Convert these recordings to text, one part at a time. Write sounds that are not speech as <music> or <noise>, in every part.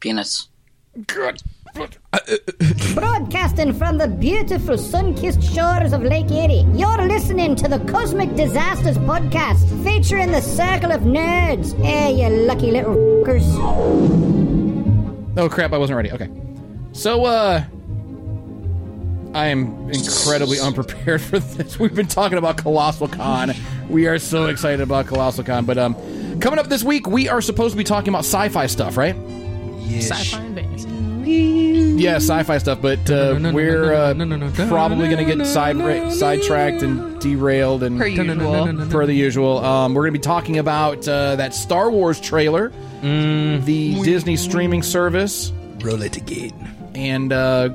penis. God. Broadcasting from the beautiful sun kissed shores of Lake Erie, you're listening to the Cosmic Disasters Podcast featuring the Circle of Nerds. Hey, you lucky little fuckers. Oh crap! I wasn't ready. Okay, so uh, I am incredibly unprepared for this. <laughs> We've been talking about Colossal Con. We are so excited about Colossal Con, but um, coming up this week, we are supposed to be talking about sci-fi stuff, right? Sci-fi and fantasy. Yeah, sci-fi stuff, but uh, no, no, we're no, uh, no, no, no, no, probably going to no, get side- sidetracked and derailed and Per usual. per the usual. Um, we're going to be talking about uh, that Star Wars trailer, Mm. the Disney streaming service, Roll it again. and uh,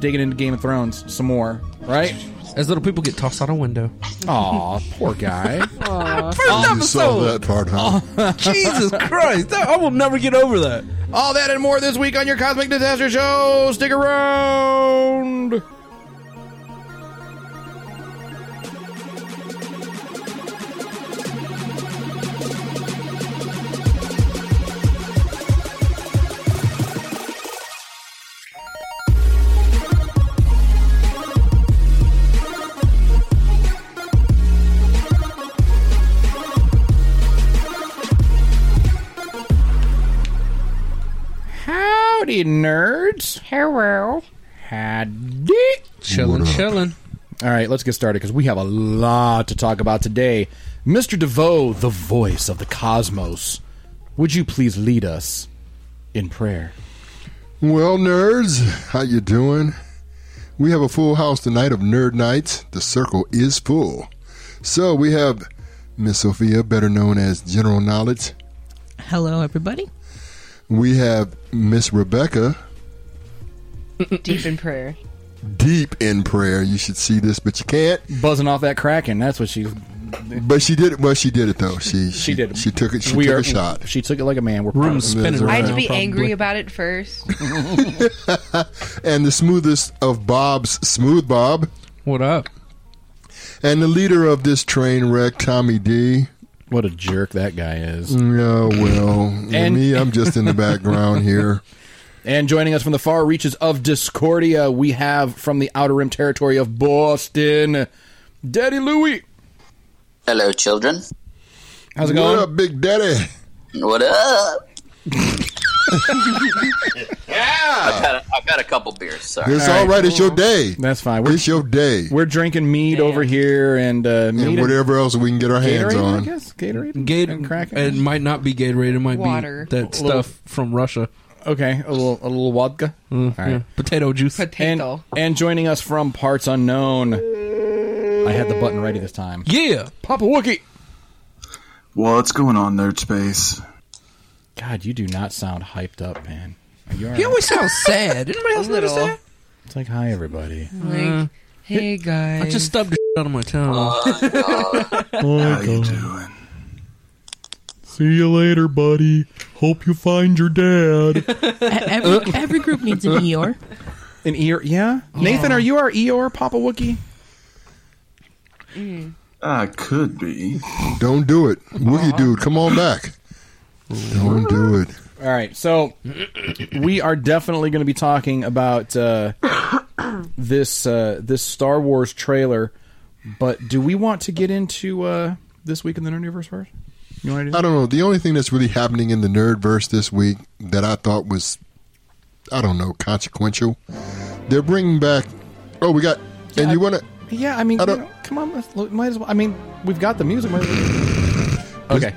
digging into Game of Thrones some more. Right? As little people get tossed out a window. Aw, poor guy. You saw that part, Uh-huh. huh? <laughs> Jesus Christ! That, I will never get over that. <laughs> All that and more this week on your Cosmic Disaster Show. Stick around. Howdy, nerds. Hello. Howdy. Chilling, What up? chilling. All right, let's get started because we have a lot to talk about today. Mr. DeVoe, the voice of the cosmos, would you please lead us in prayer? Well, nerds, how you doing? We have a full house tonight of nerd nights. The circle is full. So we have Miss Sophia, better known as General Knowledge. Hello, everybody. We have Miss Rebecca, Deep in prayer. deep in prayer. You should see this, but you can't. Buzzing off that Kraken, that's what she But she did it. Well, she did it though. She she, she did. She took it. She We took are- a shot. She took it like a man. We're Room proud. spinning. right. I had right to now, be probably. angry about it <laughs> first. And the smoothest of Bob's, smooth Bob, What up? and the leader of this train wreck, Tommy D. What a jerk that guy is. Mm. Yeah, well, And- and me, I'm just in the background here. And joining us from the far reaches of Discordia, we have from the Outer Rim territory of Boston, Daddy Louie. Hello, children. <laughs> How's it What going? up, Big Daddy? What up? I've, had a, I've had a couple beers. Sorry. It's all right. It's your day. That's fine. We're, It's your day. we're drinking mead over here and uh, mead And whatever else we can get our hands Gatorade, I on. guess. Gatorade. Gator. and Kraken. It might not be Gatorade. It might Water. be that stuff from Russia. okay, a little, a little vodka. All right. Yeah. Potato juice. And, Potato. and joining us from parts unknown, I had the button ready this time. yeah. Papa Wookie. What's going on, nerd space? God, you do not sound hyped up, man. Are you all right? You always sound sad. Didn't Anybody else notice little. that? It's like hi everybody. Like, hey guys. I just stubbed the shit out of my tongue. <laughs> How you doing? See you later, buddy. Hope you find your dad. every, every group needs an Eeyore. An ear, yeah. Nathan, are you our Eeyore, Papa Wookie? I could be. Don't do it, Wookie Uh-huh. dude. Come on back. Don't do it. All right, so we are definitely going to be talking about uh, this uh, this Star Wars trailer. But do we want to get into uh, this week in the Nerdverse first? You want to do I don't know. The only thing that's really happening in the nerd verse this week that I thought was, I don't know, consequential. They're bringing back. Oh, we got. And you want to? that? Yeah, I mean, I you don't- know, come on, let's, look, might as well. I mean, we've got the music. Might as <laughs> well. Okay,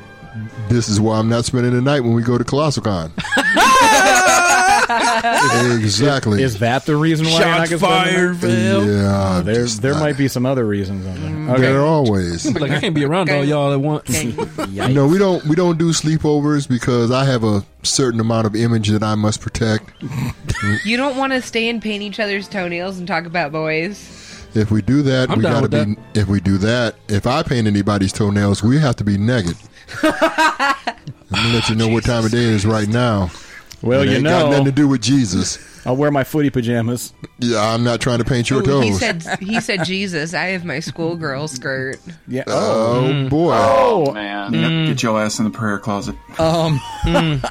This is why I'm not spending the night when we go to Colossal <laughs> Con. exactly. is that the reason why you're not gonna Shots spend the night? fired, Phil. yeah. There, Uh, just Mm. there not- might be some other reasons. On there. There Okay, <laughs> always. Like I can't be around all y'all at once. <laughs> No, we don't. We don't do sleepovers because I have a certain amount of image that I must protect. you don't want to stay and paint each other's toenails and talk about boys. If we do that, I'm we down gotta with be. If we do that, if I paint anybody's toenails, we have to be <laughs> naked. I'm gonna let you know what time of day it is right now. well, It you ain't got nothing to know, do with Jesus. I'll wear my footy pajamas. Yeah, I'm not trying to paint your Ooh, he toes. said, "He said, Jesus, I have my schoolgirl skirt." Yeah. oh Mm. boy, Oh, man. <laughs> Yep, get your ass in the prayer closet. Um, I'm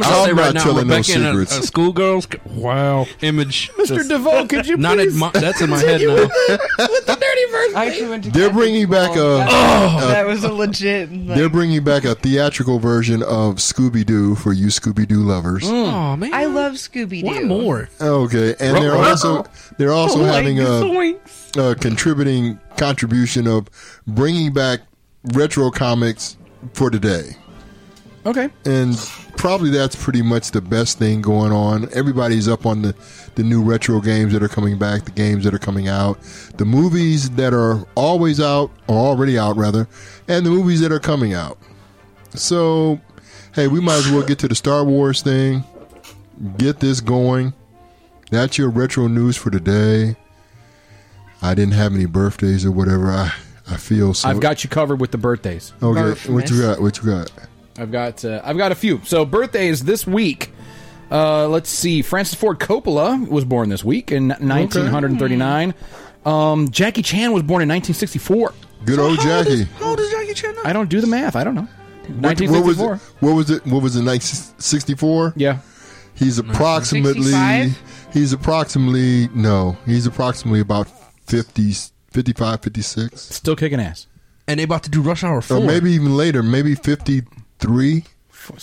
just I'm saying not right now, telling no Rebecca in a, a secrets. schoolgirl's c- wow image. Mr. DeVoe, could you Not please admi- that's in my head now. with the dirty version? I actually went to They're Catholic bringing back school. a- That, <laughs> that was a legit. like- They're bringing back a theatrical version of Scooby Doo for you Scooby Doo lovers. Oh man, I love Scooby Doo. one more. Okay, and they're Ruh-roh. also they're also having a, a contributing contribution of bringing back retro comics for today. Okay. and probably that's pretty much the best thing going on. Everybody's up on the, the new retro games that are coming back, the games that are coming out, the movies that are always out, or already out rather, and the movies that are coming out. So, hey, we might as well get to the Star Wars thing, get this going. That's your retro news for today. I didn't have any birthdays or whatever. I, I feel so. I've got you covered with the birthdays. okay. What you got? What you got? I've got uh, I've got a few. So birthdays this week. Uh, let's see. Francis Ford Coppola was born this week in 1939. Um, Jackie Chan was born in 1964. Good old Jackie. How old is Jackie Chan now? I don't do the math. I don't know. What- 1964. What was it? What was it? What was it? Nineteen sixty-four. yeah. He's approximately. 65? He's approximately no. He's approximately about 50, 55, 56. Still kicking ass. And they about to do Rush Hour Four. or maybe even later. Maybe fifty-three.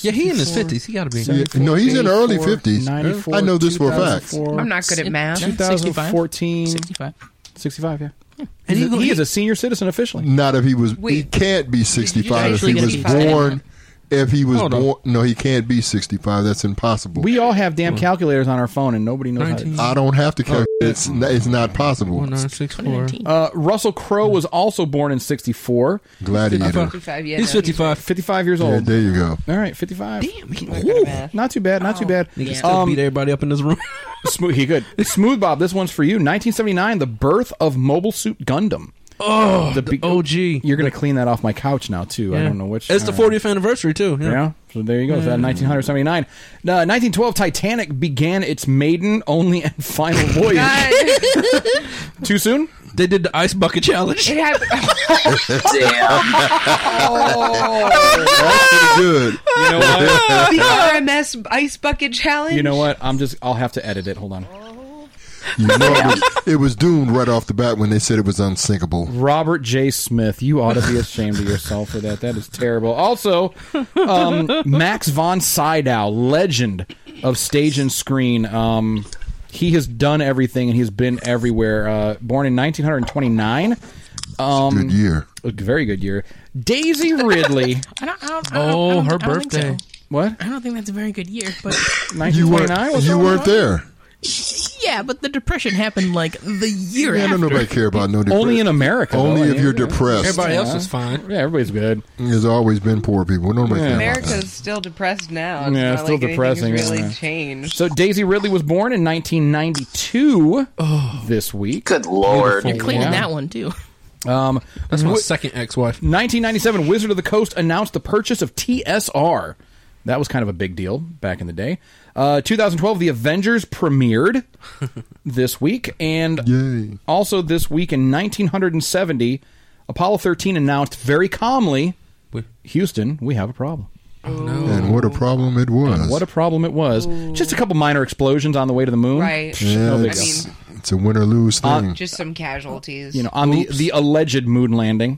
Yeah, he in his fifties. He got to be. Yeah, no, he's in the early fifties. 94, I know this for a fact. 2004. I'm not good at math. 2014. 65. 65, yeah. He's And a- he gonna- he is a senior citizen officially. Not if he was. he Wait. can't be sixty-five if he actually was get born. If he was Hold on. born, no, he can't be sixty-five. That's impossible. We all have damn calculators on our phone, and nobody knows how to. 19. I don't have Oh. to count. It's it's not possible. One nine six four. 2019. Uh, Russell Crowe was also born in 64, Gladiator. 55, yeah, He's no, fifty five. 55 years Yeah, old. there you go. All right, 55. Damn, he not good at math. Not too bad, not too bad. Um, Yeah. Oh. still beat everybody up in this room. <laughs> Smooth, he good. Smooth Bob, this one's for you. 1979, the birth of Mobile Suit Gundam. Oh, the, big- OG. You're going to clean that off my couch now, too. I don't know which. It's the Mm. all right. 40th anniversary too. Yeah. Yeah, so there you go. So that 1979. The 1912 Uh, Titanic began its maiden, only, and <laughs> final voyage. God, Too soon? They did the ice bucket challenge. <laughs> it happened. Damn. That's pretty good. You know what? <laughs> the RMS ice bucket challenge. you know what? I'm just. I'll have to edit it. Hold on. You know, it, was, it was doomed right off the bat when they said it was unsinkable. Robert J. Smith, you ought to be ashamed of yourself for that. That is terrible. Also, um, Max von Sydow, legend of stage and screen. Um, he has done everything and he's been everywhere. Uh, born in 1929, Good year. a very good year. Daisy Ridley, I don't, I don't, I don't, I Oh, don't, her I don't think birthday. so. what? I don't think that's a very good year, but <laughs> 1929? What's You wrong with weren't that? there. yeah, but the depression happened like the year I after. don't nobody care about no depression. Only in America. Only though, I if mean, you're yeah. depressed. Everybody else was fine. Yeah, everybody's good. There's always been poor people. Nobody care about that. America's still depressed now. It's Yeah, not it's still like anything depressing, Has really yeah. changed. So Daisy Ridley was born in 1992 this week. Good lord. You're cleaning Yeah. that one too. <laughs> Um, That's my second ex-wife. 1997, Wizard of the Coast announced the purchase of TSR. That was kind of a big deal back in the day. Uh, 2012, The Avengers premiered this week. And Yay. also this week in 1970, Apollo 13 announced very calmly We- Houston, we have a problem. And what a problem it was. What a problem it was. Just a couple minor explosions on the way to the moon. Right. yeah, big it's, it's a win or lose thing. Just some casualties. You know, on the, the alleged moon landing.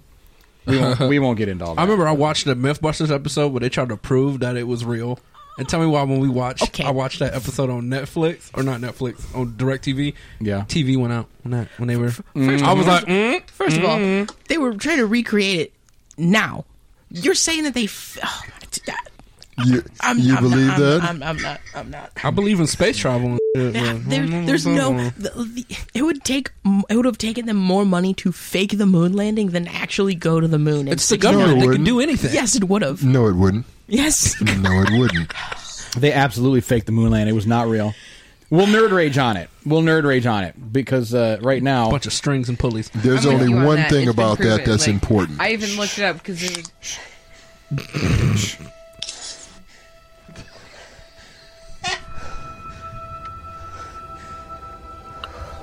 We won't, we won't get into all that. I remember I watched the MythBusters episode where they tried to prove that it was real. And tell me why when we watched, Okay. I watched that episode on Netflix or not Netflix on DirecTV. Yeah. TV went out when that when they were. I was like, mm, First of all, Mm-hmm. they were trying to recreate it now. You're saying that they. F- oh, my t- that- you I'm, you I'm believe not, that? Uh-uh. I'm, I'm, I'm not. I'm not. I believe in space travel. And shit, Yeah, but- there, there's no. The, the, it would take. m- It would have taken them more money to fake the moon landing than actually go to the moon. in It's the 60 government. they can wouldn't. Mm. do anything. Yes, it would have. no, it wouldn't. Yes. No, it wouldn't. They absolutely faked the moon landing. It was not real. We'll nerd rage on it. We'll nerd rage on it because uh, right now, bunch of strings and pulleys. There's I'm with only you on one that. thing It's been about that proven. that's Like, important. I even looked it up because it was.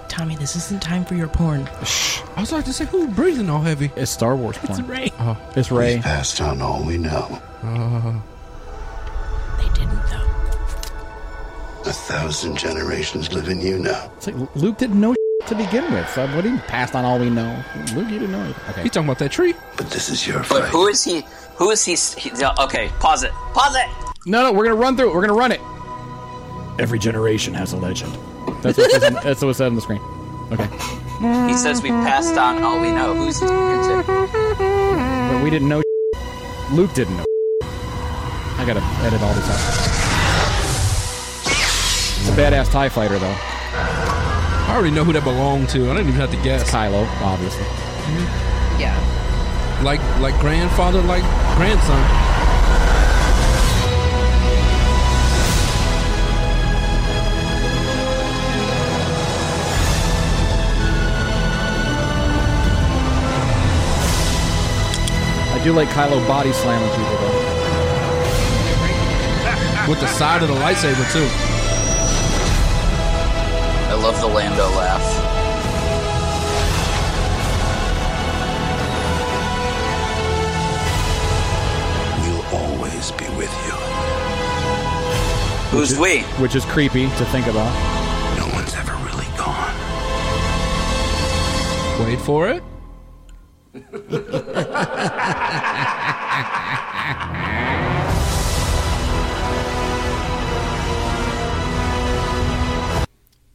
Tommy, this isn't time for your porn. I was about to say, who breathing all heavy? it's Star Wars It's porn. Ray. Oh. It's Ray. They didn't though. thousand generations live in you now. It's like Luke didn't know to begin with. So what he passed on all we know. Luke, you didn't know. anything. Okay. He's talking about that tree. But this is your But who is he? Who is he? s- he no, okay, pause it. Pause it. No, no, we're gonna run through it. We're gonna run it. Every generation has a legend. That's what it says on, that's what it said on the screen. Okay. He says we passed on all we know. Who's he talking to? But we didn't know. Luke didn't know. I gotta edit all this out. It's a badass Tie Fighter though. I already know who that belonged to. I didn't even have to guess. Kylo, obviously. Yeah. Like like grandfather, like grandson. I do like Kylo body slamming people though. With the side of the lightsaber too. I love the Lando laugh. We'll always be with you. Who's we? Which is creepy to think about. No one's ever really gone. Wait for it.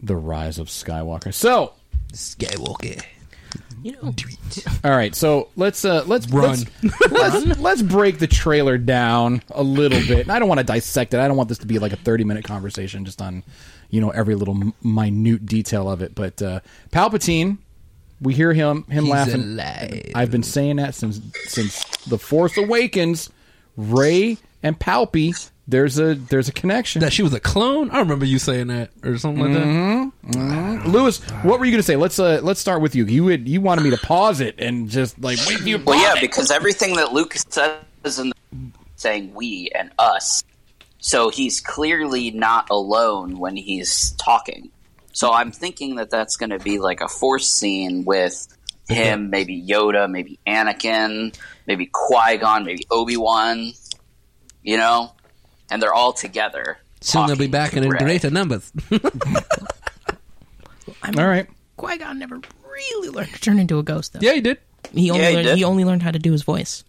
The rise of Skywalker. So Skywalker. You know, all right, so let's uh let's Run. Let's, let's, let's break the trailer down a little bit. And I don't want to dissect it. I don't want this to be like a thirty minute conversation just on you know every little m- minute detail of it. But uh Palpatine, we hear him him laughing. alive. I've been saying that since since the Force Awakens. Ray and Palpy, there's a there's a connection. That she was a clone? I remember you saying that or something like Mm-hmm. that. Lewis, what were you going to say? Let's uh, let's start with you. You would you wanted me to pause it and just like wait till you Well, pause yeah, it. because everything that Luke says in the, saying we and us, so he's clearly not alone when he's talking. So I'm thinking that that's going to be like a force scene with him, maybe Yoda, maybe Anakin, maybe Qui Gon, maybe Obi Wan. You know, and they're all together. Soon they'll be talking back to in Rey. greater numbers. All right. Qui Gon never really learned to turn into a ghost, though. yeah, he did. He only Yeah, he learned, did. he only learned how to do his voice.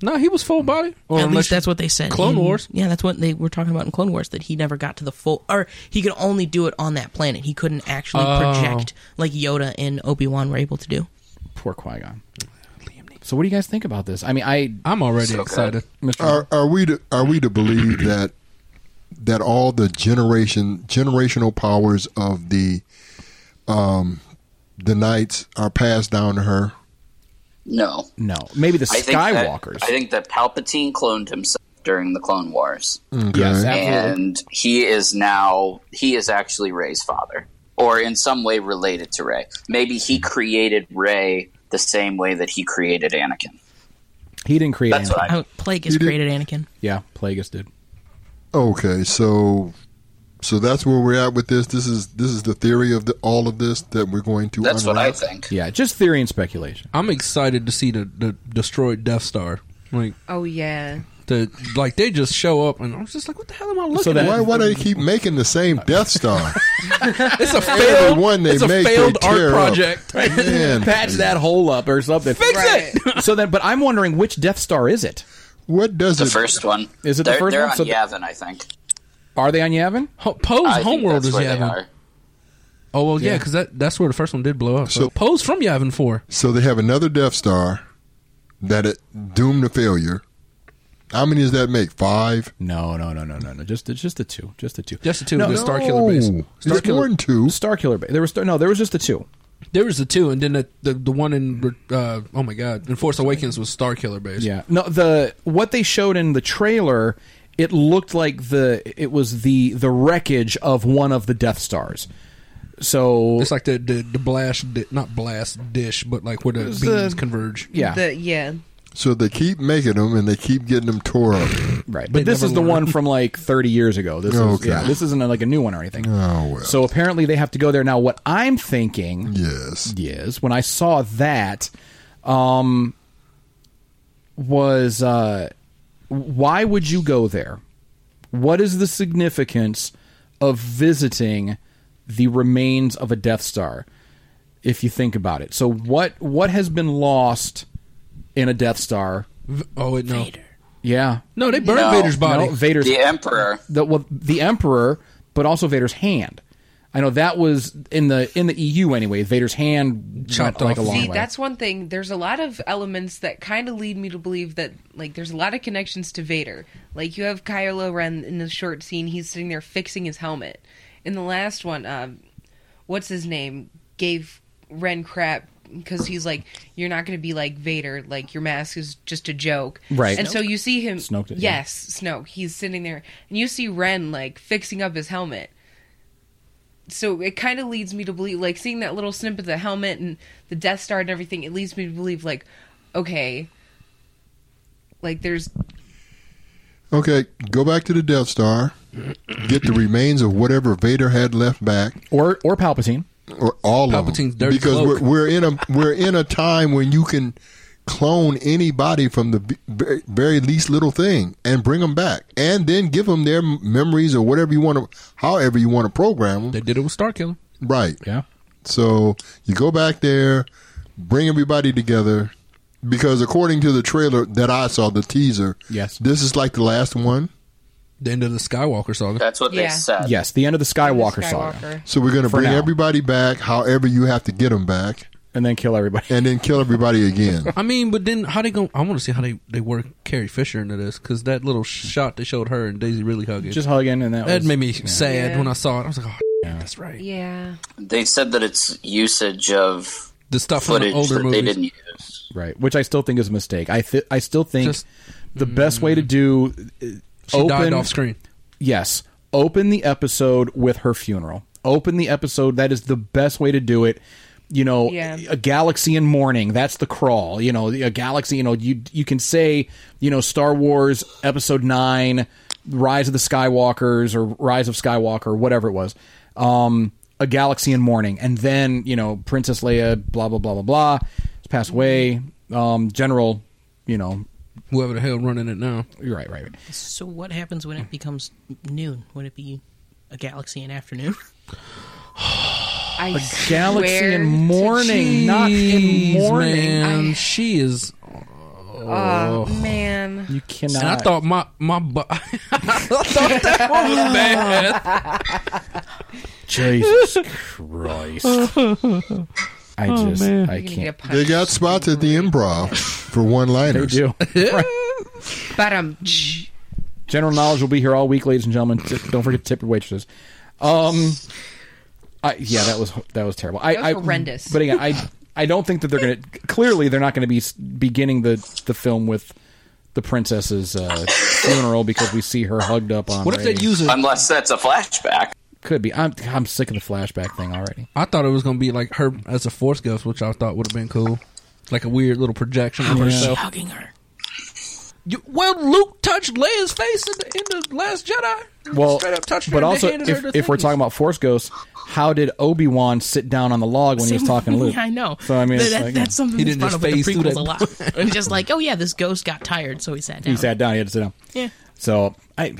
No, he was full body. Or At unless least that's what they said. Clone in- Wars. Yeah, that's what they were talking about in Clone Wars. That he never got to the full, or he could only do it on that planet. He couldn't actually Oh. project like Yoda and Obi Wan were able to do. Poor Qui Gon. So what do you guys think about this? I mean, I I'm already So excited. Are, are we to, are we to believe that that all the generation generational powers of the um the knights are passed down to her? No, no, maybe the I think that- Skywalkers. I think that Palpatine cloned himself during the Clone Wars. yes, absolutely. and he is now he is actually Ray's father, or in some way related to Ray. Maybe he created Ray the same way that he created Anakin. He didn't create. That's Anakin. what I. How Plague has You did- created Anakin. Yeah, Plagueis did. Okay, so so that's where we're at with this. This is this is the theory of the, all of this that we're going to. That's what I unwrap. think. Yeah, just theory and speculation. I'm excited to see the, the destroyed Death Star. Like Oh yeah. the like they just show up and I'm just like, what the hell am I looking So that- at? Why why do they keep making the same Death Star? It's a failed one they It's a make, they failed tear art <laughs> up. project. Man. Patch that hole up or something. Fix <laughs> it. so then, but I'm wondering which Death Star is it? What does The it? first one Is it the they're, first they're one? on So th- Yavin, I think. Are they on Yavin? Ho- Poe's I think homeworld that's is where they Yavin. are. Oh well, yeah, because that, that's where the first one did blow up. So, So- Poe's from Yavin Four. So they have another Death Star that it doomed to failure. How many does that make? Five. No, no, no, no, no, no. Just it's just the two. Just the two. Just the two. No, the no. Star Killer base. Oh, Star it's more Killer. than two. Star Killer. Ba- There was no. There was just the two. There was the two, and then the the, the one in uh, oh my god, in Force Awakens was Star Killer base. Yeah. No, the what they showed in the trailer, it looked like the it was the the wreckage of one of the Death Stars. So It's like the the, the blast, di- not blast dish, but like where the was beams the- converge. yeah, The yeah. So they keep making them and they keep getting them tore up. right. But they this never is the learn. one from like 30 years ago. This is Okay. yeah, this isn't like a new one or anything. Oh, well. So apparently they have to go there now. What I'm thinking Yes. is when I saw that um was uh why would you go there? What is the significance of visiting the remains of a Death Star, if you think about it. So what what has been lost in a Death Star? Oh wait, no. Yeah, No, they burned Vader's body. No, Vader's The Emperor. The, well, the Emperor, but also Vader's hand. I know that was in the in the EU anyway. Vader's hand Chopped went, like off. a long See, way. that's one thing. There's a lot of elements that kind of lead me to believe that, like, there's a lot of connections to Vader. Like, you have Kylo Ren in the short scene; he's sitting there fixing his helmet. In the last one, um, what's his name gave Ren crap because he's like, "You're not going to be like Vader. Like, your mask is just a joke." Right. And so you see him. Snoke did, yeah. yes, Snoke. He's sitting there, and you see Ren like fixing up his helmet so it kind of leads me to believe like seeing that little snippet of the helmet and the death star and everything it leads me to believe like okay like there's Okay, go back to the Death Star, get the remains of whatever Vader had left back, or or Palpatine. or all Palpatine's of them, dirty because cloak. we're we're in a we're in a time when you can clone anybody from the b- very, very least little thing and bring them back, and then give them their memories or whatever you want to, however you want to program They them, did it with Starkiller. right? Yeah. So you go back there, bring everybody together, because according to the trailer that I saw, the teaser, Yes. this is like the last one. The end of the Skywalker saga. That's what they Yeah. said. Yes, the end of the Skywalker, saga, Skywalker. So we're going to For bring now. everybody back, however you have to get them back, and then kill <laughs> everybody. and then kill everybody again. I mean, but then how they go? I want to see how they they work Carrie Fisher into this because that little shot they showed her and Daisy really hugging Just hugging, and that, that was, made me sad Yeah. when I saw it. I was like, oh, that's right. yeah They said that it's usage of The stuff from the footage older that movies. they didn't use. right, which I still think is a mistake. I th- I still think Just- Mm. the best way to do uh, She open died off screen. Yes. Open the episode with her funeral. Open the episode. That is the best way to do it. You know, Yeah. a galaxy in mourning. That's the crawl. You know, a galaxy. You know, you you can say, you know, Star Wars Episode Nine, Rise of the Skywalkers, or Rise of Skywalker, whatever it was. Um, a galaxy in mourning, and then you know, Princess Leia, blah blah blah blah blah, has passed away. Um, General, you know, Whoever the hell running it now. you're right, right, right. So what happens when it becomes noon? Would it be a galaxy in afternoon? i Galaxy swear in to- mourning, not in Jeez, mourning. man, she is. oh man You cannot. And I thought my my bu- <laughs> I thought that was <laughs> bad. Jesus Christ. <laughs> I just, I You're gonna get can't. punched. They got spots at the improv for one They liners. do. but um General knowledge will be here all week, ladies and gentlemen. T- don't forget to tip your waitresses. Um, I, yeah, that was that was terrible. I, That was I, horrendous. But again, I I don't think that they're gonna. Clearly, they're not gonna be s- beginning the the film with the princess's uh, funeral because we see her hugged up on. What if they Rey. use it? Unless that's a flashback. Could be. I'm I'm sick of the flashback thing already. I thought it was gonna be like her as a force ghost, which I thought would have been cool, like a weird little projection of <laughs> herself. Hugging her. You, well, Luke touched Leia's face in the, in the Last Jedi. Well, straight up touched her. but and they also, handed if, her the if we're things. talking about Force Ghosts, how did Obi Wan sit down on the log when he was talking to <laughs> Luke? <laughs> Yeah, I know. So I mean, That- it's that- like, that's yeah. something He that's didn't brought up with just the phase prequels a through lot. <laughs> It's just like, oh yeah, this ghost got tired, so he sat down. he sat down. He had to sit down. Yeah. So I,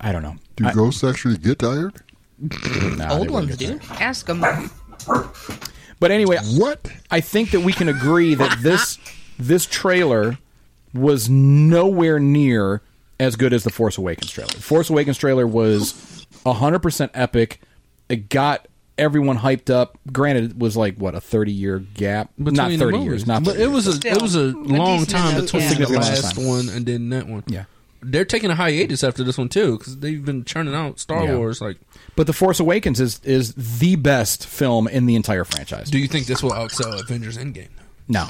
I don't know. Do ghosts actually get tired? Nah, they Old wouldn't ones, get dude. ask him that. But anyway, What? I think that we can agree that this this trailer was nowhere near as good as the Force Awakens trailer. The Force Awakens trailer was 100% epic. It got everyone hyped up. Granted, it was like what a 30 year gap, not Between the 30 years, movies. not 30 but it was a Still, it was a a long decent time amount, between yeah. the Significant amount of last time. one and then that one. Yeah. they're taking a hiatus after this one too because they've been churning out Star Yeah. Wars. Like, But The Force Awakens is is the best film in the entire franchise. do you think this will outsell Avengers Endgame? no,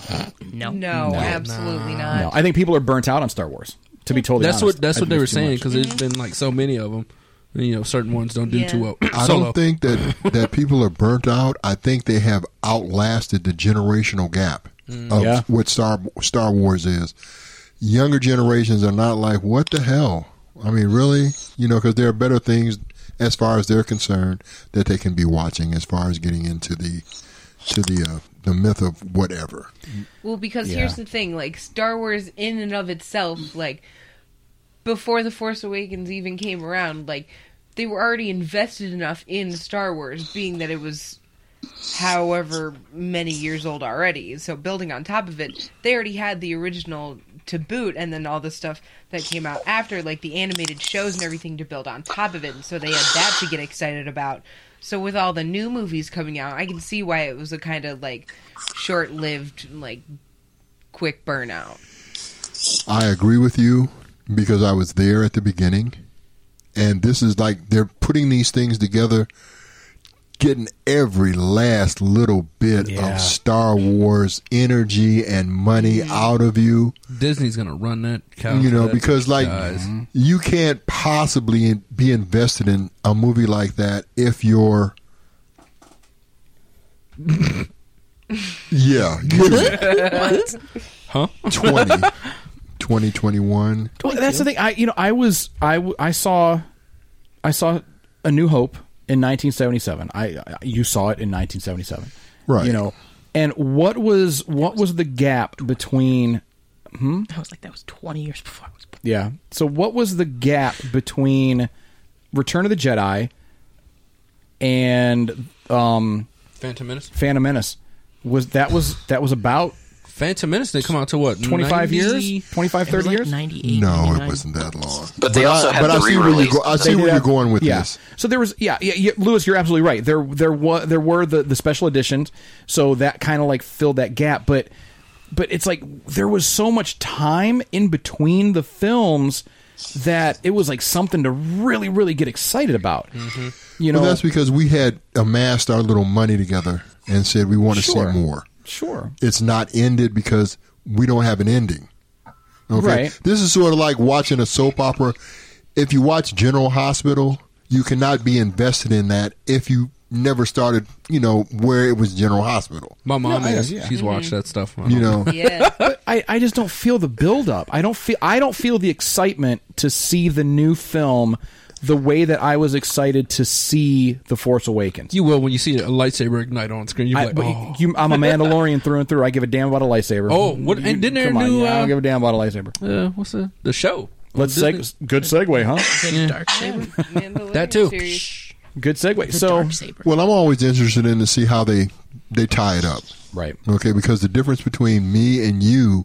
No. no, absolutely not no. I think people are burnt out on Star Wars. To be totally That's honest. what that's I think what they were it's too saying much. because there's been like so many of them. And, you know, certain ones don't do Yeah. too well. I Solo. don't think that, that people are burnt out. I think they have outlasted the generational gap of Mm, Yeah. what Star Star Wars is. Younger generations are not like, what the hell? I mean, really? You know, because there are better things as far as they're concerned that they can be watching as far as getting into the to the uh, the myth of whatever. Well, because Yeah. here's the thing, like Star Wars in and of itself, like before the Force Awakens even came around, like they were already invested enough in Star Wars, being that it was however many years old already. So building on top of it, they already had the original to boot, and then all the stuff that came out after, like the animated shows and everything, to build on top of it. And so they had that to get excited about. So with all the new movies coming out, I can see why it was a kind of like short-lived, like quick burnout. I agree with you because I was there at the beginning. And this is like they're putting these things together, getting every last little bit Yeah. of Star Wars energy and money out of you. Disney's gonna run that. Cow you to know, that because like guys. you can't possibly in- be invested in a movie like that if you're. yeah. you- <laughs> Huh? 20, 20, 21. Well, that's the thing. I you know I was I w- I saw I saw A New Hope in 1977. I, I you saw it in 1977, Right. You know, and what was what was the gap between? Hmm? I was like, that was 20 years before. I was born. Yeah. So what was the gap between Return of the Jedi and um Phantom Menace? Phantom Menace was that was that was about Phantom Menace didn't come out to what 25 90? years 25 It was 30 like years 98. No, it 99. wasn't that long. But they also I, had but the I see where you re-release. go. I see They where did you're have- going with yeah. this. So there was, yeah, yeah, yeah, Lewis, you're absolutely right. There, there was, there were the the special editions, so that kind of like filled that gap. But, but it's like there was so much time in between the films that it was like something to really, really get excited about. You know, well, that's because we had amassed our little money together and said we want to Sure. see more. sure, It's not ended because we don't have an ending. Okay. Right. This is sort of like watching a soap opera. If you watch General Hospital, you cannot be invested in that if you never started, you know, where it was General Hospital. My mom No, I- is. yeah. She's watched that stuff. I You don't- <laughs> <laughs> know, Yeah. but I, I just don't feel the buildup. I don't feel, I don't feel the excitement to see the new film the way that I was excited to see The Force Awakens. you will when you see a lightsaber ignite on screen. You're I, like, but oh. you, I'm a Mandalorian through and through. I give a damn about a lightsaber. Oh, what- and didn't there come on, new, yeah, I uh, don't give a damn about a lightsaber. Uh, what's the the show? Let's seg- good segue, huh? The dark <laughs> saber. That too. Good segue. The So dark saber. well, I'm always interested in to see how they they tie it up. right, Okay, because the difference between me and you,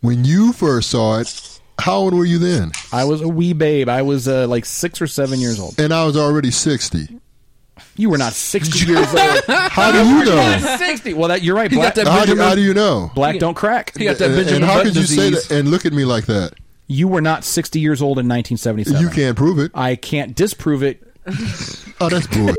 when you first saw it, how old were you then? I was a wee babe. I was uh, like six or seven years old. And I was already sixty. You were not <laughs> sixty years old. How do you know? sixty. Well, that you're right. You Black, got that How do, Benjamin- how do you know? black don't crack. You got that And, Benjamin and how Button could you say disease. that and look at me like that? You were not sixty years old in 1977. You can't prove it. I can't disprove it. Oh, that's bull.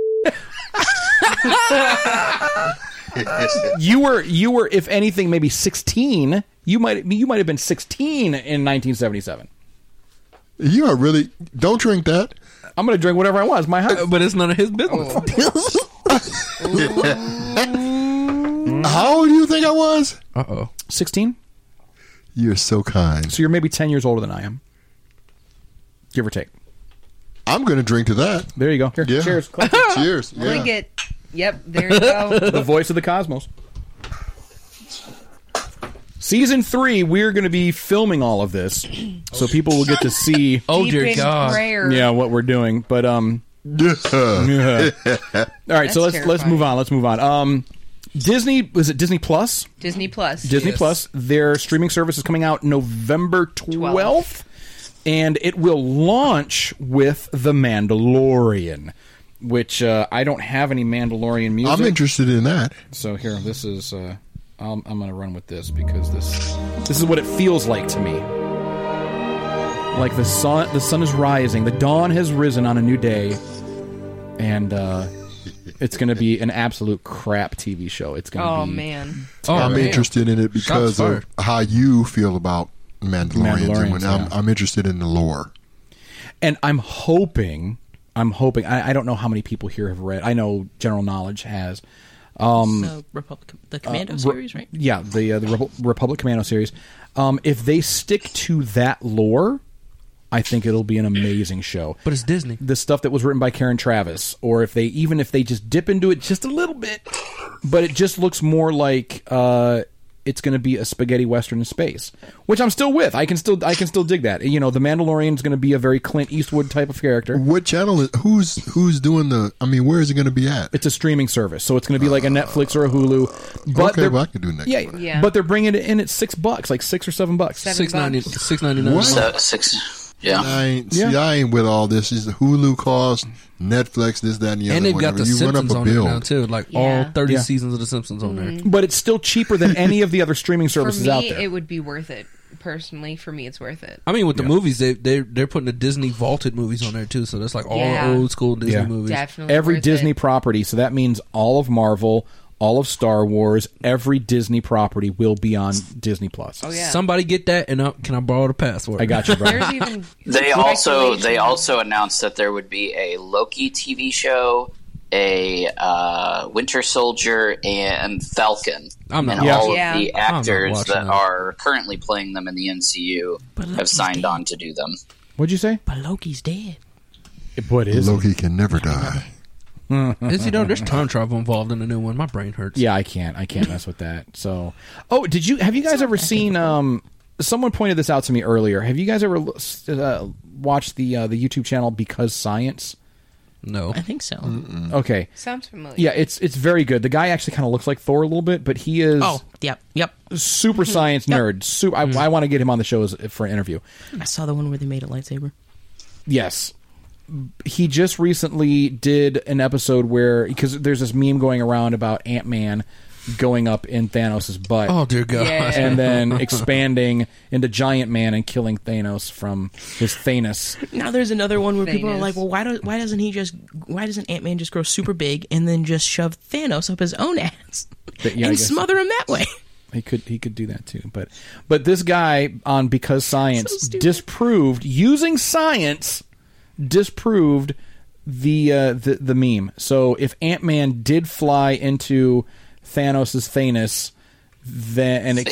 You were. You were. If anything, maybe sixteen. You might. You might have been sixteen in 1977. you are really. Don't drink that. I'm gonna drink whatever I want. It's my house. <laughs> But it's none of Oh, his business. How old do you think I was? Uh oh. Sixteen. You're so kind. So you're maybe 10 years older than I am. Give or take. I'm going to drink to that. There you go. Here, Yeah. <laughs> cheers. Clint. Cheers. Yeah. Blink it. Yep, there you go. <laughs> the voice of the cosmos. Season three, we're going to be filming all of this, so people will get to see, Oh Deep dear in God. prayer. yeah, what we're doing. But um, Yeah. yeah. all right, so let's That's let's terrifying. move on. Let's move on. Um, Disney was it Disney Plus? Disney Plus. Disney Yes. Plus. Their streaming service is coming out November 12th, and it will launch with The Mandalorian, which uh, I don't have any Mandalorian music. I'm interested in that. so here, this is. Uh, I'm, I'm going to run with this because this this is what it feels like to me. Like the sun, the sun is rising. The dawn has risen on a new day, and uh, it's going to be an absolute crap TV show. It's going to Oh be man. Oh, I'm man. interested in it because fired. of how you feel about Mandalorians. and Mandalorians, when I'm, yeah. I'm interested in the lore. and I'm hoping, I'm hoping. I, I don't know how many people here have read. I know general knowledge has. um, the Republic, uh, the Commando Re- series, right? Yeah, the uh, the Repu- Republic Commando series. Um, if they stick to that lore, I think it'll be an amazing show. But it's Disney. the stuff that was written by Karen Travis, or if they even if they just dip into it just a little bit, but it just looks more like uh, it's going to be a spaghetti western in space, which I'm still with. I can still I can still dig that. You know, the Mandalorian is going to be a very Clint Eastwood type of character. What channel is who's who's doing the? I mean, where is it going to be at? It's a streaming service, so it's going to be like a Netflix or a Hulu. But Okay, they're- well, I can do next yeah, one. Yeah. But they're bringing it in at six bucks, like six or seven bucks. Seven Six ninety bucks. six ninety nine. What? So, six. Yeah. Uh, I ain't, Yeah. See, I ain't with all this. It's the Hulu cost, Netflix, this, that, and the other. And they've one. got the you run Simpsons up a on it bill. now too. Like Yeah. Mm-hmm. all thirty Yeah. seasons of the Simpsons on there. But it's still cheaper than any of the other streaming For services me, out there. it would be worth it. Personally, for me, it's worth it. I mean, with the movies, they they they're putting the Disney vaulted movies on there too. So that's like all Yeah. old school Disney Yeah. movies. Definitely every worth Disney It. property. So that means all of Marvel, all of Star Wars, every Disney property will be on Disney Plus. Oh yeah. Somebody get that, and I, can I borrow the password? I got you, bro. <laughs> There's even They also speculation. they also announced that there would be a Loki TV show, a uh, Winter Soldier, and Falcon. I'm not and Yeah. all Yeah. of the I'm not actors watching that that. are currently playing them in the MCU But have Loki's signed dead. on to do them. What'd you say? But Loki's dead. What is? Loki can never die. Is you know there's time travel involved in the new one? My brain hurts. Yeah, I can't. I can't mess with that. So, oh, did you have you guys ever seen? Um, someone pointed this out to me earlier. Have you guys ever l- s- uh, watched the uh, the YouTube channel Because Science? <laughs> No. I think so. Okay, sounds familiar. yeah, it's it's very good. The guy actually kind of looks like Thor a little bit, but he is Oh, yep, yep. super science <laughs> nerd. Su- I, I want to get him on the show as, for an interview. I saw the one where they made a lightsaber. Yes. He just recently did an episode where because there's this meme going around about Ant Man going up in Thanos' butt Oh dear God. Yeah. and then expanding into Giant Man and killing Thanos from his Thanos. Now there's another one where people are Thanos. like, well, why do why doesn't he just why doesn't Ant Man just grow super big and then just shove Thanos up his own ass But yeah, I and guess- smother him that way? <laughs> He could he could do that too. But but this guy on Because So Science stupid. disproved using science disproved the uh, the the meme. So if Ant Man did fly into Thanos' Thanos, then and it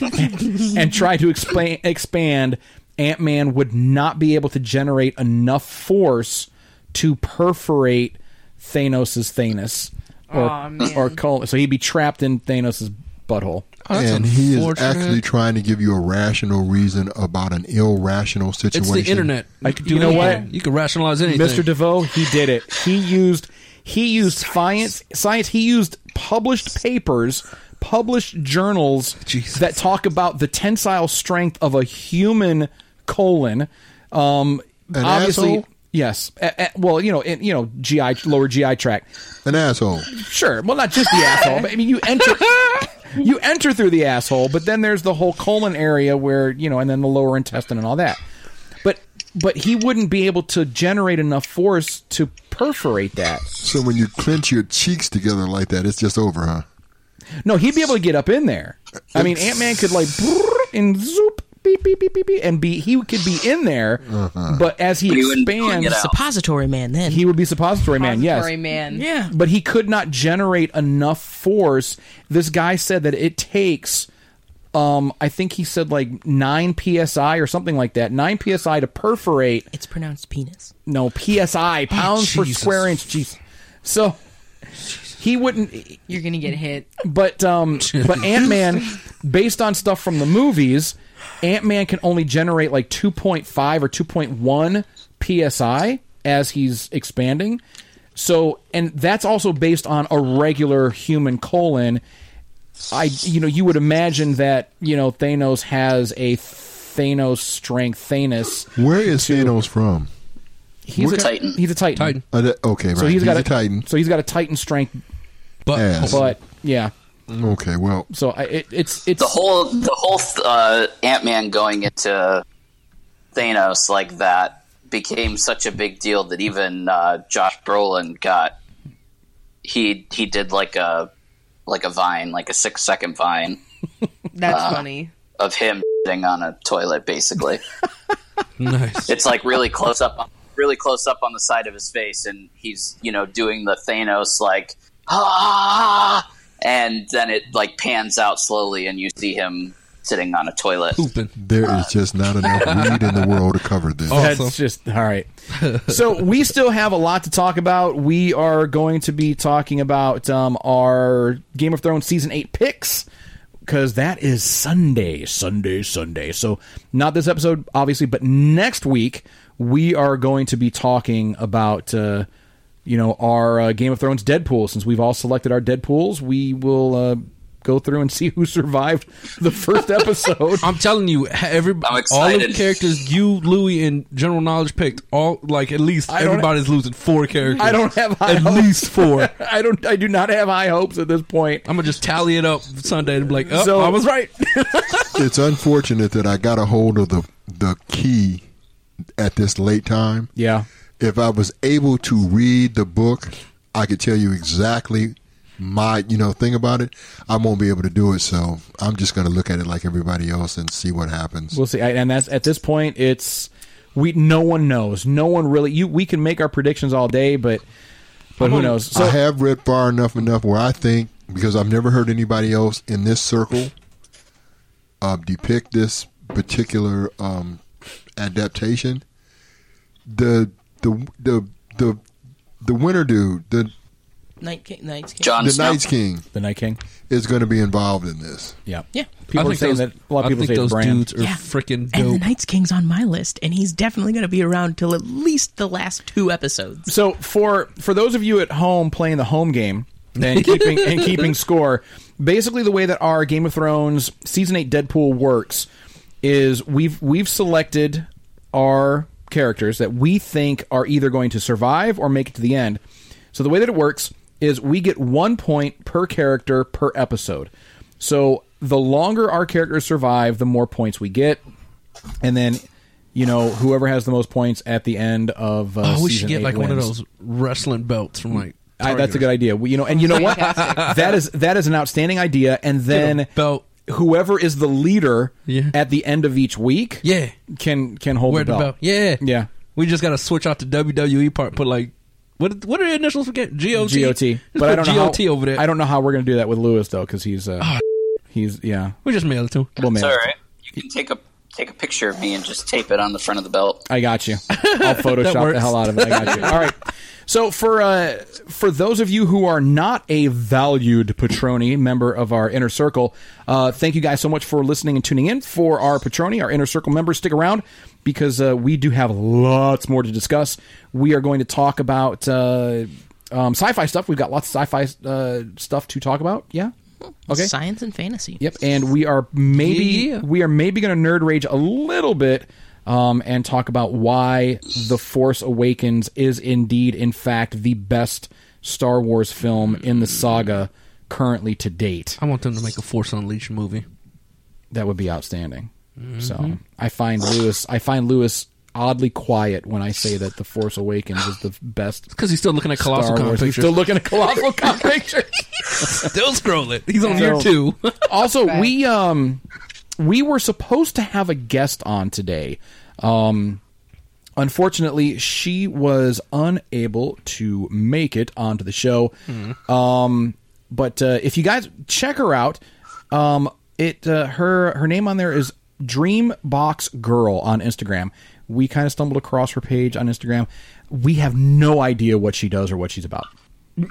<laughs> and try to explain, expand, Ant Man would not be able to generate enough force to perforate Thanos' Thanos. Or, Aw, man. or col- so he'd be trapped in Thanos' butthole. Oh, that's and he is unfortunate. actually trying to give you a rational reason about an irrational situation. It's the internet. I- You can you do know what? anything. You can rationalize anything. Mr. DeVoe, he did it. He used he used science science he used published papers, published journals Jesus. that talk about the tensile strength of a human colon. Um An obviously asshole? yes. A- a- well, you know, in, you know, GI lower GI tract. An asshole. Sure. Well, not just the asshole, but I mean, you enter, you enter through the asshole, but then there's the whole colon area where you know, and then the lower intestine and all that. But but he wouldn't be able to generate enough force to perforate that. So when you clench your cheeks together like that, it's just over, huh? No, he'd be able to get up in there. I mean, Ant Man could like brrr, and zoop. Beep, beep, beep, beep, beep, and be he could be in there, but as he Uh-huh. But he wouldn't bring it expands, out. Suppository man. Then he would be suppository man. Yes, Repository man. yeah. but he could not generate enough force. This guy said that it takes, um, I think he said like nine psi or something like that, nine psi to perforate. It's pronounced penis. No psi, pounds per Jesus. square inch. Jeez. So he wouldn't. You're gonna get hit. But um, <laughs> but Ant Man, based on stuff from the movies, Ant Man can only generate like two point five or two point one psi as he's expanding. So, and that's also based on a regular human colon. I, you know, you would imagine that you know Thanos has a Thanos strength. Thanos, Where is Thanos from? he's a Titan. He's a Titan. Titan. Uh, that- okay, right. So he's got a, Titan. So he's got a Titan strength. But oh, Ass. But yeah, Okay, well, so I, it, it's it's The whole the whole uh, Ant Man going into Thanos like that became such a big deal that even uh, Josh Brolin got he he did like a like a vine like a six second vine That's Uh, funny. of him shitting on a toilet basically. <laughs> nice. it's like really close up on really close up on the side of his face and he's you know doing the thanos like ah and then it like pans out slowly and you see him sitting on a toilet Pooping. there is just not enough weed in the world to cover this. Oh, That's just all right. so we still have a lot to talk about. We are going to be talking about um, our Game of Thrones season eight picks. because that is Sunday, Sunday, Sunday. So not this episode, obviously, but next week we are going to be talking about uh, you know our uh, Game of Thrones Deadpool. Since we've all selected our Deadpools, we will. Uh, Go through and <laughs> see who survived the first <laughs> episode. I'm telling you, every all of the characters you, Louis, and General Knowledge picked all like at least I don't- everybody's losing four characters. I don't have high at hopes. <laughs> least four. I don't. I do not have high hopes at this point. I'm gonna just tally it up Sunday and be like, oh, So- I was right. it's unfortunate that I got a hold of the the key at this late time. Yeah. If I was able to read the book, I could tell you exactly my you know thing about it. I won't be able to do it, so I'm just going to look at it like everybody else and see what happens. We'll see. I- And that's at this point, it's we. No one knows. No one really. You. We can make our predictions all day, but but who knows? So I have read far enough enough where I think because I've never heard anybody else in this circle uh, depict this particular um, adaptation. The the the the the winner dude, the Night King, Night's King. John the Snow. Night's King, the Night King. is going to be involved in this. Yeah. Yeah. People I are think saying those- that a lot of I people think say the those brand. dudes are freaking And the dope. Night's King's on my list, and he's definitely going to be around till at least the last two episodes. So for for those of you at home playing the home game and keeping and keeping score, basically the way that our Game of Thrones season eight Deadpool works is we've we've selected our characters that we think are either going to survive or make it to the end. So the way that it works is we get one point per character per episode. So the longer our characters survive, the more points we get, and then you know whoever has the most points at the end of uh, Oh, season we should get eight like one of wins. those wrestling belts from like. I, that's a Target. good idea. Well, you know, and you know what? that is that is an outstanding idea. And then belt. whoever is the leader Yeah. at the end of each week, Yeah. can can hold Wear the belt. Yeah. Yeah. We just got to switch out the WWE part. Put like, what what are the initials for GOT? GOT. GOT. Just But I put don't know GOT how, over Ah. there. I don't know how we're gonna do that with Lewis though, because he's uh, he's yeah. We just mail it to him. Well, It's man, all right. You can take a take a picture of me and just tape it on the front of the belt. I got you. I'll Photoshop the works. hell out of it. I got you. All right. So for uh, for those of you who are not a valued Patroni member of our inner circle, uh, thank you guys so much for listening and tuning in. For our Patroni, our inner circle members, stick around because uh, we do have lots more to discuss. We are going to talk about uh, um, sci-fi stuff. We've got lots of sci-fi uh, stuff to talk about. Yeah. Okay. Science and fantasy. Yep, and we are maybe Yeah. we are maybe going to nerd rage a little bit um, and talk about why the Force Awakens is indeed, in fact, the best Star Wars film in the saga currently to date. I want them to make a Force Unleashed movie. That would be outstanding. Mm-hmm. So I find Lewis, I find Lewis oddly quiet when I say that the Force Awakens is the best. Because he's still looking at Star Colossal Con Wars. He's pictures. Still looking <laughs> at colossal Con pictures. Still scrolling. He's on So- year two. <laughs> also we um we were supposed to have a guest on today um unfortunately she was unable to make it onto the show um but uh, if you guys check her out um it uh, her her name on there is dreambox girl on instagram we kind of stumbled across her page on instagram we have no idea what she does or what she's about <laughs> so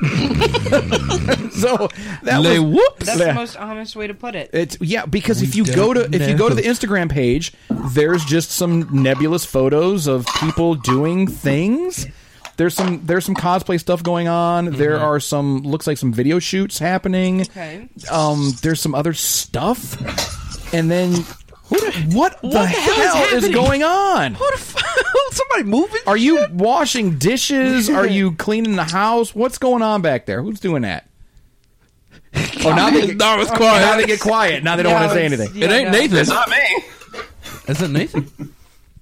that Le was whoops. That's Yeah. the most honest way to put it. It's yeah, because if We you go to don't if you go to the know. Instagram page, there's just some nebulous photos of people doing things. There's some there's some cosplay stuff going on. There are some looks like some video shoots happening. Okay. Um, there's some other stuff, and then who the, what, the, hell is hell, is, happening? going on? What the <laughs> fuck? Somebody moving? Are you washing dishes? Are you cleaning the house? What's going on back there? Who's doing that? Oh, now they get, No, it's now quiet. they get quiet. Now they don't No, want to say it's- anything. It Yeah, ain't no. Nathan. Not me. Is it <laughs> Nathan?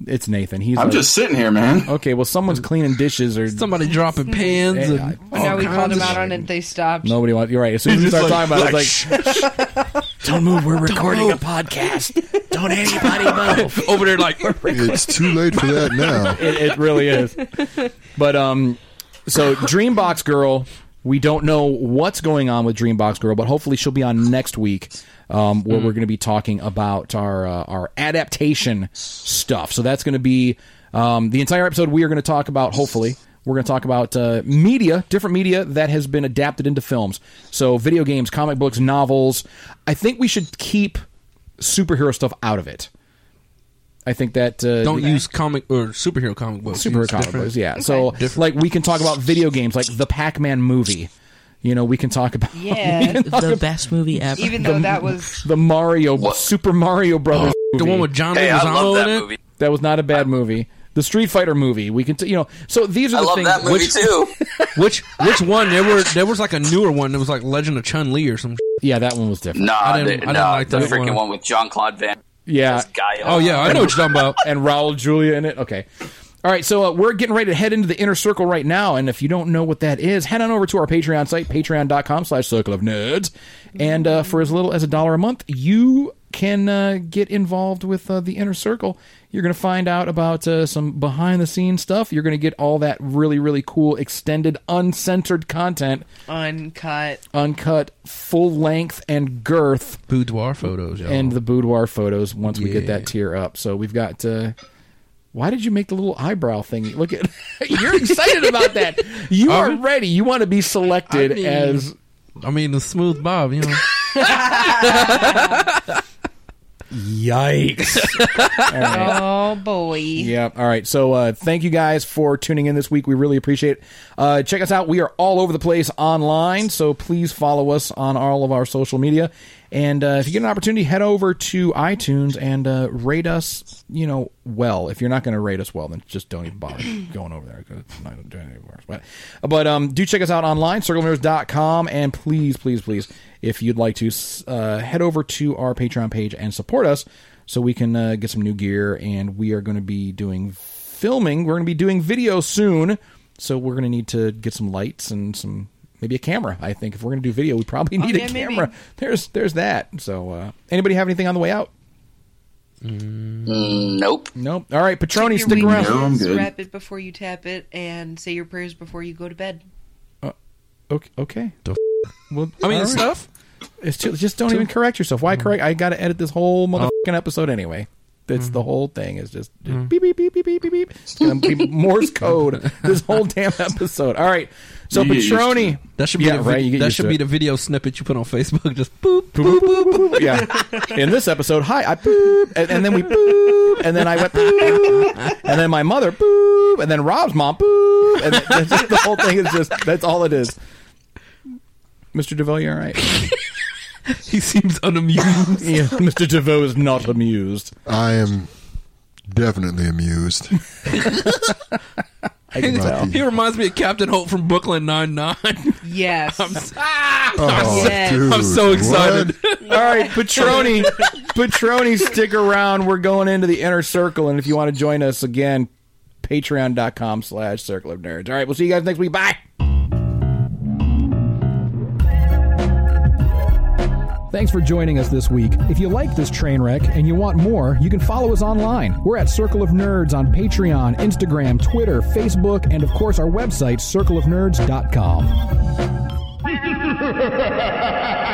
It's Nathan. He's I'm like- just sitting here, man. Okay, well, <laughs> someone's cleaning dishes or Somebody dropping pans Yeah, and Well, Oh, now we called kinds him of out shit. on it. They stopped. nobody wants. You're right. As soon as we start talking about it, it's like, don't move. We're recording a <laughs> podcast. Don't anybody move. over there <laughs> like It's too late for that now. <laughs> it, it really is. But um, so Dreambox Girl, we don't know what's going on with Dreambox Girl, but hopefully she'll be on next week, um, where we're going to be talking about our uh, our adaptation stuff. So that's going to be um, the entire episode. We are going to talk about hopefully We're going to talk about uh, media, different media that has been adapted into films. So, video games, comic books, novels. I think we should keep superhero stuff out of it. I think that uh, Don't we- use comic or superhero comic books. superhero Use comic different- books. Yeah. So like we can talk about video games, like the Pac-Man movie. You know, we can talk about <laughs> Yeah. we can talk The about best movie ever. Even though that was the Mario Super Mario Brothers, The Oh. movie. one with John Hey, I love Leguizamo in that it. movie. that was not a bad movie. The Street Fighter movie. We can, t- you know. So these are I the love things. that movie which- <laughs> too. Which which one? There were there was like a newer one that was like Legend of Chun Li or some. shit. Yeah, that one was different. Nah, <laughs> I didn't- the, I didn't nah, like the that freaking one. one, with John Claude Van Yeah. Guy. Oh yeah, I know what you're talking about. and Raul Julia in it. Okay. All right, so uh, we're getting ready to head into the inner circle right now, and if you don't know what that is, head on over to our Patreon site, patreon.com slash circle of nerds, and uh, for as little as a dollar a month, you can uh, get involved with uh, the inner circle. You're going to find out about uh, some behind-the-scenes stuff. You're going to get all that really, really cool, extended, uncensored content, uncut. uncut, full length, and girth <laughs> Boudoir photos, y'all. and the boudoir photos once we get Yeah. that tier up. So we've got. Uh, why did you make the little eyebrow thing? Look at <laughs> you're excited about that. You are ready. You want to be selected I mean- as I mean the smooth bob, you know. yikes. <laughs> Oh boy. Yeah. All right. So uh, thank you guys for tuning in this week. We really appreciate it. Uh, check us out. We are all over the place online. So please follow us on all of our social media. And uh, if you get an opportunity, head over to iTunes and uh, rate us, you know, well. If you're not going to rate us well, then just don't even bother going over there because it's not going to do anything worse. But, but um, do check us out online, circlenerds.com. And please, please, please, if you'd like to, s- uh, head over to our Patreon page and support us so we can uh, get some new gear and we are going to be doing filming we're going to be doing video soon so we're going to need to get some lights and some maybe a camera i think if we're going to do video we probably need Oh, yeah, a maybe. camera there's there's that so uh, anybody have anything on the way out uh, Nope. nope all right patroni Take your stick weekly around No, I'm pills, good. Wrap it before you tap it, and say your prayers before you go to bed. okay okay well, I all mean the right. stuff. it's just, just don't even correct yourself Mm. why correct i gotta edit this whole Uh, motherfucking episode anyway that's mm. the whole thing is just beep beep beep beep beep beep beep. It's gonna <laughs> be Morse code this whole damn episode. All right, so You get used to Patroni, That should be Yeah, the, vid- right, you get that used should to be it. the video snippet you put on Facebook. Just boop. <laughs> Boop, boop, boop, boop. <laughs> Yeah. In this episode, hi, I boop, and, and then we boop, and then I went boop, and then my mother boop, and then Rob's mom boop, and then, <laughs> that's just, the whole thing is just that's all it is. Mr. DeVoe, you all right? He seems <laughs> unamused. <laughs> Yeah, Mr. DeVoe is not amused. I am <laughs> definitely amused. I can tell. he reminds me of Captain Hope from Brooklyn Nine Nine. <laughs> Yes. Oh, Yes. dude, I'm so excited. <laughs> what? All right, Patroni, Patroni, stick around. We're going into the inner circle, and if you want to join us again, patreon.com slash circle of nerds. All right, we'll see you guys next week. Bye. Thanks for joining us this week. If you like this train wreck and you want more, you can follow us online. We're at Circle of Nerds on Patreon, Instagram, Twitter, Facebook, and of course our website, circleofnerds.com.